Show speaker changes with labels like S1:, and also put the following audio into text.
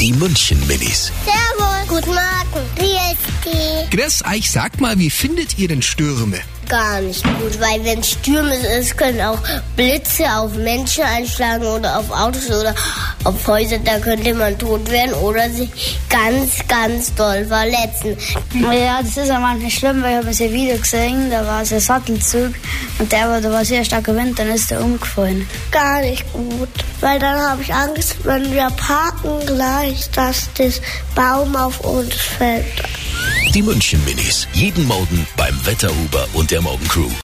S1: Die München-Minis.
S2: Servus. Guten Morgen. Wie ist die?
S1: Grüß euch, sag mal, wie findet ihr denn Stürme?
S2: Gar nicht gut, weil wenn Stürme ist, können auch Blitze auf Menschen einschlagen oder auf Autos oder auf Häuser. Da könnte man tot werden oder sich ganz, ganz doll verletzen.
S3: Ja, das ist ja manchmal schlimm, weil ich habe es ja wieder gesehen, da war es ein Sattelzug und der war, da war sehr starker Wind, dann ist der umgefallen.
S2: Gar nicht gut, weil dann habe ich Angst, wenn wir parken gleich, dass das Baum auf uns fällt.
S1: Die München-Minis. Jeden Morgen beim Wetterhuber und der Morgencrew.